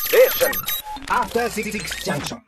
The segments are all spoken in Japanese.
Station. After Six Junction.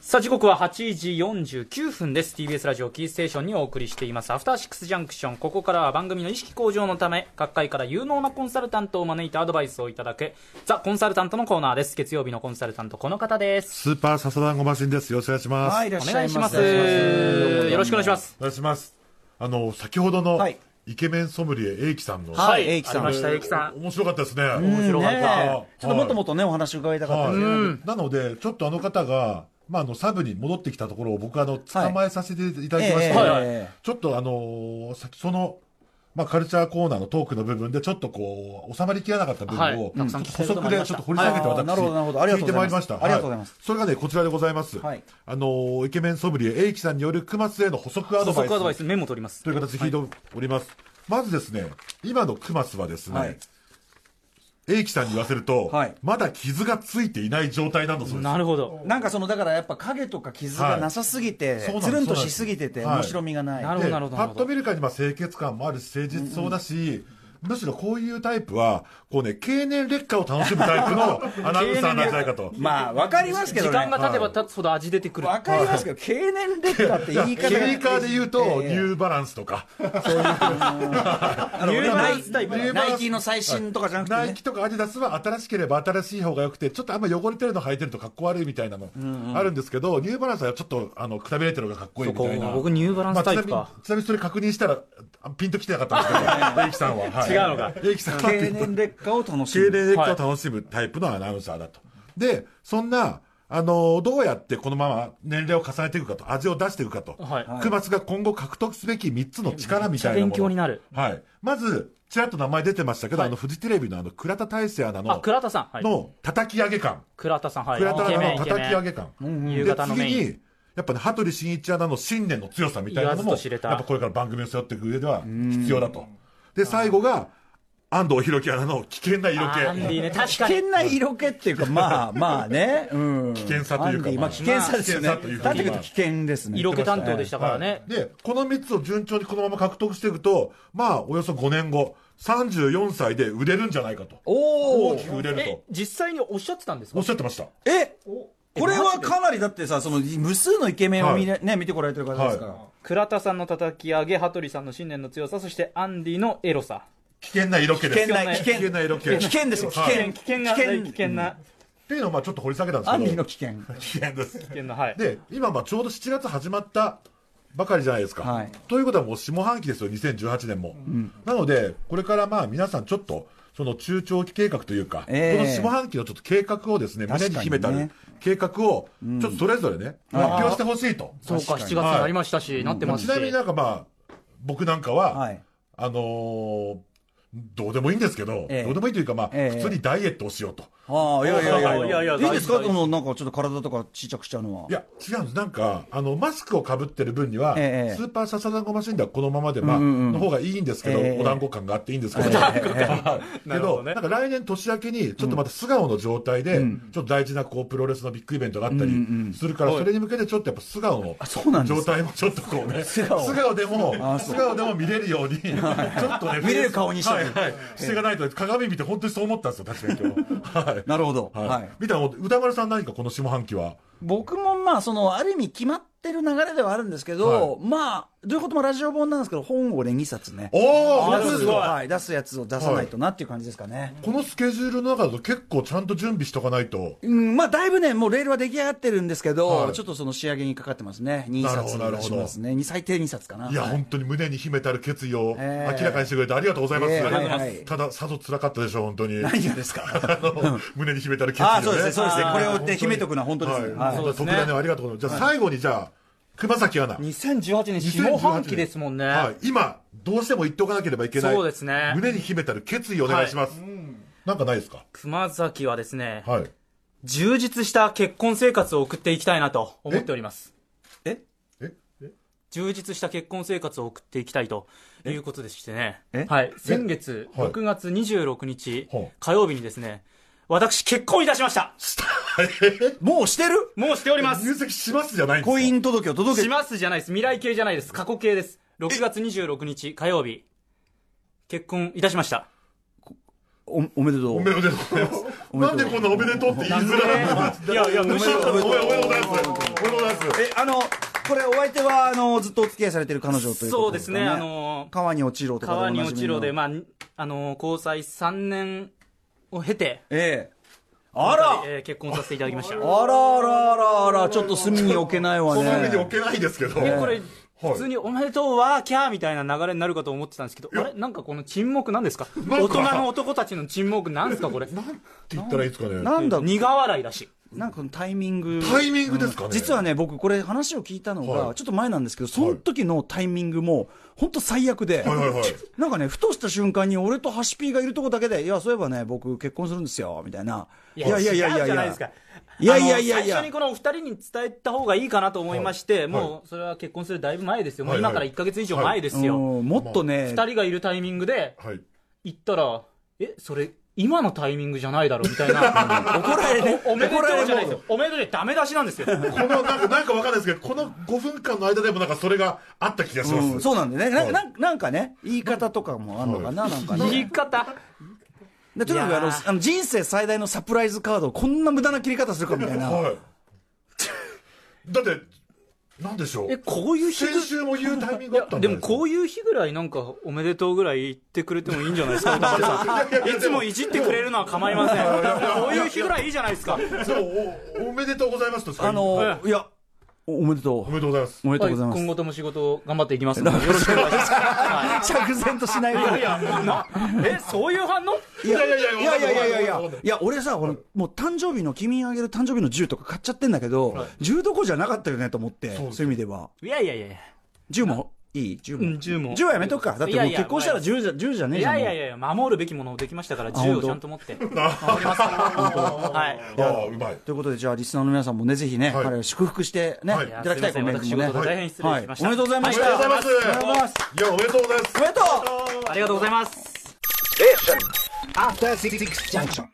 さあ時刻は8時49分です TBS ラジオキーステーションにお送りしていますアフターシックスジャンクションここからは番組の意識向上のため各界から有能なコンサルタントを招いてアドバイスをいただくザ・コンサルタントのコーナーです月曜日のコンサルタントこの方ですスーパーササダンゴマシンです。よろしくお願いします。はい、いおらっおしゃ願いいしま。ますすよろしくお願いします願いします。あの、先ほどの、はいイケメンソムリエ、エイキさんの。はいはい英樹さんありました英樹さん面白かったですね。うん面白かったねはいえちょっともっともっとね、お話伺いたかったはでいすね。なので、ちょっとあの方が、まあ、あの、サブに戻ってきたところを僕、あの、捕まえさせていただきまして、ええはいえちょっとあのーさその、まあ、カルチャーコーナーのトークの部分で、ちょっとこう、収まりきらなかった部分はをい、たくさんちょっと補足でちょっと掘り下げてあー私、なるほどなるほどありが聞というてござまいいますりました。ありがとうございますはそれがね、こちらでございます。はいあのーイケメンソムリエ、エイキさんによる熊津への補足アド補バイス。足アドバイスメモ取りますという形で聞いております。まずですね、今のクマスはですね、はい英樹さんに言わせると、はいまだ傷がついていない状態なんだそうです。なるほどなんかその、だからやっぱ影とか傷がなさすぎて、いそうなんですつるんとしすぎてて、はい面白みがない。なるほでどなるほどパなるッほとど見るからにまあ清潔感もあるし、誠実そうだし、むしろこういうタイプは、こうね、経年劣化を楽しむタイプのアナウンサーなんじゃないかと。まあ、わかりますけ時ど間ね。が経てば経つほど味出てくるわかりますけど、経年劣化って言いケ方が。ーカーで言うと、ニええューバランスとか、ニューニューバランバランススタイプナイナイキの最新とかじゃなくナてイねキとかアディダスは新しければ新しい方が良くて、ちょっとあんま汚れてるの履いてるとかっこ悪いみたいなのあるんですけど、ニューバランスはちょっとあのくたびれてるのがかっこいいみたいそうな。か僕ニューバランスタイプかまあちなみにちなみにそれ確認したら、あピンときてなかったん ですけど、エイキさんは。はい違うのかエイキさんはって経言った年劣化を楽し経む。年劣化を楽しむタイプのアナウンサーだと。で、そんな、あの、どうやってこのまま年齢を重ねていくかと、味を出していくかと。はいクマスが今後獲得すべき3つの力みたいなもの。勉強になるはい。まず、ちらっと名前出てましたけど、あの、フジテレビのあの、倉田大成アナあの、倉田さんはいの叩き上げ感。倉田さんはい倉田イケアナメンのイケメ叩き上げン感。夕で、方のメイ次ンに、やっぱね、羽鳥慎一アナの信念の強さみたいなの言も、わやずと知れったぱこれから番組を背負っていく上では必要だと。で、最後が、安藤博樹アナの危険な色アンディ気。ね確か危に険な色気っていうか、まあまあね、うん、危険さというかまあ、危険さですよね、まあ危険さというかだってこと危険ですね、色気担当でしたからはいねで、この3つを順調にこのまま獲得していくと、まあ、およそ5年後、34歳で売れるんじゃないかと。お大おき、く売れるえと。実際におっしゃってたんですかおっしゃってました。えこれはかなりだってさ、その無数のイケメンを見,、はね、見てこられてる方ですから、倉田さんの叩き上げ羽鳥さんの信念の強さそしてアンディのエロさ危険な色気です。危険な危険な色気。危険ですよ、危はい険、危険が危険危険なっていうのをまあちょっと掘り下げたんですアけンど。ディの危険、危険です。危険なはいで、今まあちょうど7月始まったばかりじゃないですか。はいということはもう下半期ですよ、2018年も。なので、これからまあ皆さんちょっと、その中長期計画というか、ええこの下半期のちょっと計画をですね、確かにね胸に秘めたる計画を、ちょっとそれぞれね、発表してほしいと。そうか7月にはいなりましたし、なってますちしなみになんかまあ、僕なんかは、はいあのーどうでもいいんですけど、ええどうでもいいというか、まあ、ええ普通にダイエットをしようと。ああ、いやいやいやいや、いやいやいいんですか、大こ事のなんかちょっと体とか小さくしちゃうのは。いや、違うんです。なんか、あの、マスクをかぶってる分には、ええスーパーササダンゴマシンではこのままで、まあ、うんうんうんの方がいいんですけど、ええお団子感があっていいんですけど、なるほはいけどど、ねなんか来年年明けに、ちょっとまた素顔の状態で、ちょっと大事な、こう、プロレスのビッグイベントがあったりするから、それに向けてちょっとやっぱ素顔のそうなんです状態もちょっとこうね、素顔でも、素顔でも見れるように、ちょっとね、見れる顔にしたはいいはいしていかないと、鏡見て本当にそう思ったんですよ、確かに今日。はい。なるほど、 はいはい。見たらもう歌丸さん何かこの下半期は、僕もまあそのある意味決まってる流れではあるんですけど、まあどういうこともラジオ本なんですけど本をね2冊ねおお出すはい、出すやつを出さないとなっていう感じですかね、このスケジュールの中だと結構ちゃんと準備しとかないと。うんまあ、だいぶね、もうレールは出来上がってるんですけど、はいちょっとその仕上げにかかってますね、2なる冊ほどなる出ほしどますね、2最低2冊かな。いや、はい本当に胸に秘めたる決意を明ええらかにしてくれてありがとうございます。ええはいはいただ、さぞ辛かったでしょう、本当 に。何がですか、 あの胸に秘めたる決意を、ね。ああ、そうですね、そうですね、あーこれをね秘めとくのは本当ですね、は。はいいそうですね特大のありがとうございます。じゃあ最後にじゃあ、熊崎アナ。 2018年下半期ですもんね、はい。今、どうしても言っておかなければいけない。そうですね胸に秘めたる決意をお願いします。なんかないですか熊崎はですね、はい。充実した結婚生活を送っていきたいなと思っておりますええ充実した結婚生活を送っていきたいということでしてねえ、はい、先月はい6月26日ほう火曜日にですね私結婚いたしましたもうしてるもうしております入籍しますじゃないんですか婚姻届を届しけますじゃないです。未来形じゃないです。過去形です。6月26日火曜日、結婚いたしました。おおめでとうおめでとうございます。なんでこんなおめでとうって言いづらいいやいやおめでとうございます。おめでとうございます。えあのこれお相手はあのずっとお付き合いされてる彼女というそこうとでですすかねね、あの川に落ちろとかでお川なにじみの落ちろで、まあ、あの交際3年を経て、ええあら、えー結婚させていただきました。あらあらあらあらちょっと隅に置けないわこの上に置ねけないですけど。えこれ、はい普通におめでとうわーキャーみたいな流れになるかと思ってたんですけど、あれなんかこの沈黙なんですかか大人の男たちの沈黙なんですかこれ。って言ったらいいですかね。なんだ苦笑いらしい。なんかこのタイミングタイミングですかね。実はね僕これ話を聞いたのはがいちょっと前なんですけどその時のタイミングも本当最悪ではいはいはいなんかねふとした瞬間に俺とハシピーがいるとこだけで「いやそういえばね僕結婚するんですよ」みたいな「いやいやいやい違うやじゃいないやですか。いやいやいやあの最いや初にこのお二人に伝えた方がいいかなと思いまして、いもうそれは結婚するだいぶ前ですよ。もうはいは今いから1ヶ月以上前ですよ。うんもっとね二、人がいるタイミングで、はい。行ったら、え、それ、今のタイミングじゃないだろみたいな。 怒られねおおめでと怒られうるじゃないですよ。おめでとうでダメ出しなんですよ。 このなんかなんかわかんないですけど、この5分間の間でもなんかそれがあった気がします。うんそうなんでねなはいななんかね言い方とかもあるのかななんか言いね方。でとにかいくやあのーあの人生最大のサプライズカードをこんな無駄な切り方するかみたいなはい。だって、なんでしょえ、う。こういう日先週も言うタイミングあったんでもこういいう日ぐらいなんかおめでとうぐらい言ってくれてもいいんじゃないですか 歌丸さんいつもいじってくれるのは構いませんこういう日ぐらいいいじゃないですかう。そうおおめでとうございますとしかあのーいやおおめでとおめでとうございますう。おめでとうございます 今後とも仕事頑張っていきますのでよろしくお願いしますは着然としない いいやいやなえそういう反応いやいやいいややいいやいやいややいやいやいわかやんない俺さこのもう誕生日の君にあげる誕生日の銃とか買っちゃってんだけど、銃どころじゃなかったよねと思ってそうですいう意味ではいやいやいやい銃もいい銃も、うん銃もはやめとくかだっていやもういや結婚したら銃じゃ銃じゃねえじゃんやいやもいや守るべきものをできましたから銃をちゃんと持って守りますはいああ、うまい。うということでじゃあリスナーの皆さんもねぜひね、はい彼を祝福してね、はいい、いただきたいすいメまーせんルもね私事で大変失礼しましたはいおめでとうございまおめしでたとうございます。おめでとうございますいや、おめでとうございますお。めでとうありがとうございます After Six Junction.